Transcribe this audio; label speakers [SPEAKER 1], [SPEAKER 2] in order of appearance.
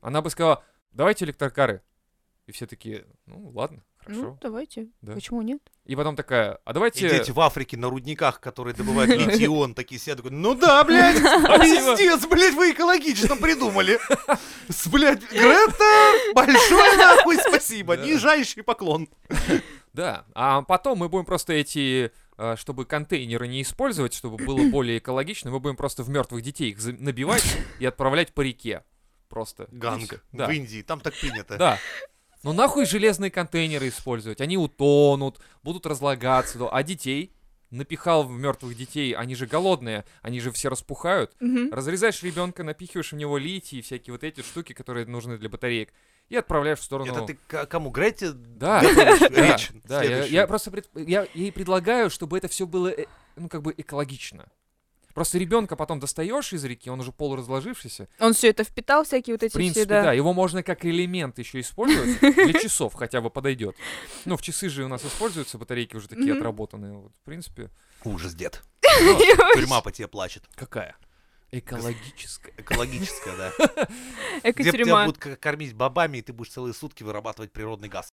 [SPEAKER 1] Она бы сказала, давайте электрокары. И все такие, ну ладно,
[SPEAKER 2] Ну,
[SPEAKER 1] хорошо.
[SPEAKER 2] давайте.
[SPEAKER 1] Да.
[SPEAKER 2] Почему нет?
[SPEAKER 1] И потом такая, а давайте...
[SPEAKER 3] И дети в Африке на рудниках, которые добывают литион, такие сидят, такой, ну да, блядь, пиздец, блядь, вы экологично придумали. С, блядь, Грета, большое нахуй спасибо,
[SPEAKER 1] Да.
[SPEAKER 3] нижайший поклон.
[SPEAKER 1] Да, а потом мы будем просто эти, э, чтобы контейнеры не использовать, чтобы было более экологично, мы будем просто в мертвых детей их за- набивать и отправлять по реке. Просто. И всё.
[SPEAKER 3] Ганг
[SPEAKER 1] Да.
[SPEAKER 3] в Индии, там так принято.
[SPEAKER 1] Да. Ну нахуй железные контейнеры использовать? Они утонут, будут разлагаться. ну, А детей? Напихал в мертвых детей, они же голодные, они же все распухают.
[SPEAKER 2] Мгм.
[SPEAKER 1] Разрезаешь ребенка, напихиваешь в него литий и всякие вот эти штуки, которые нужны для батареек, и отправляешь в сторону...
[SPEAKER 3] Это ты к- кому, Грете?
[SPEAKER 1] ну. Да,
[SPEAKER 3] готовишь
[SPEAKER 1] Да,
[SPEAKER 3] речь
[SPEAKER 1] да, я,
[SPEAKER 3] следующую?
[SPEAKER 1] я просто пред- я ей предлагаю, чтобы это все было, э, ну, как бы экологично. Просто ребенка потом достаешь из реки, он уже полуразложившийся.
[SPEAKER 2] Он все это впитал, всякие вот эти
[SPEAKER 1] В принципе,
[SPEAKER 2] все, да.
[SPEAKER 1] да, его можно как элемент еще использовать. Для часов хотя бы подойдет. Ну, в часы же у нас используются батарейки уже такие
[SPEAKER 2] Мгм.
[SPEAKER 1] отработанные. Вот, в принципе.
[SPEAKER 3] Ужас, дед.
[SPEAKER 1] Ну,
[SPEAKER 3] Тюрьма по тебе плачет.
[SPEAKER 1] Какая? Экологическая.
[SPEAKER 3] Экологическая, да. Где б тебя
[SPEAKER 2] Экотюрьма.
[SPEAKER 3] будут к- кормить бобами, и ты будешь целые сутки вырабатывать природный газ.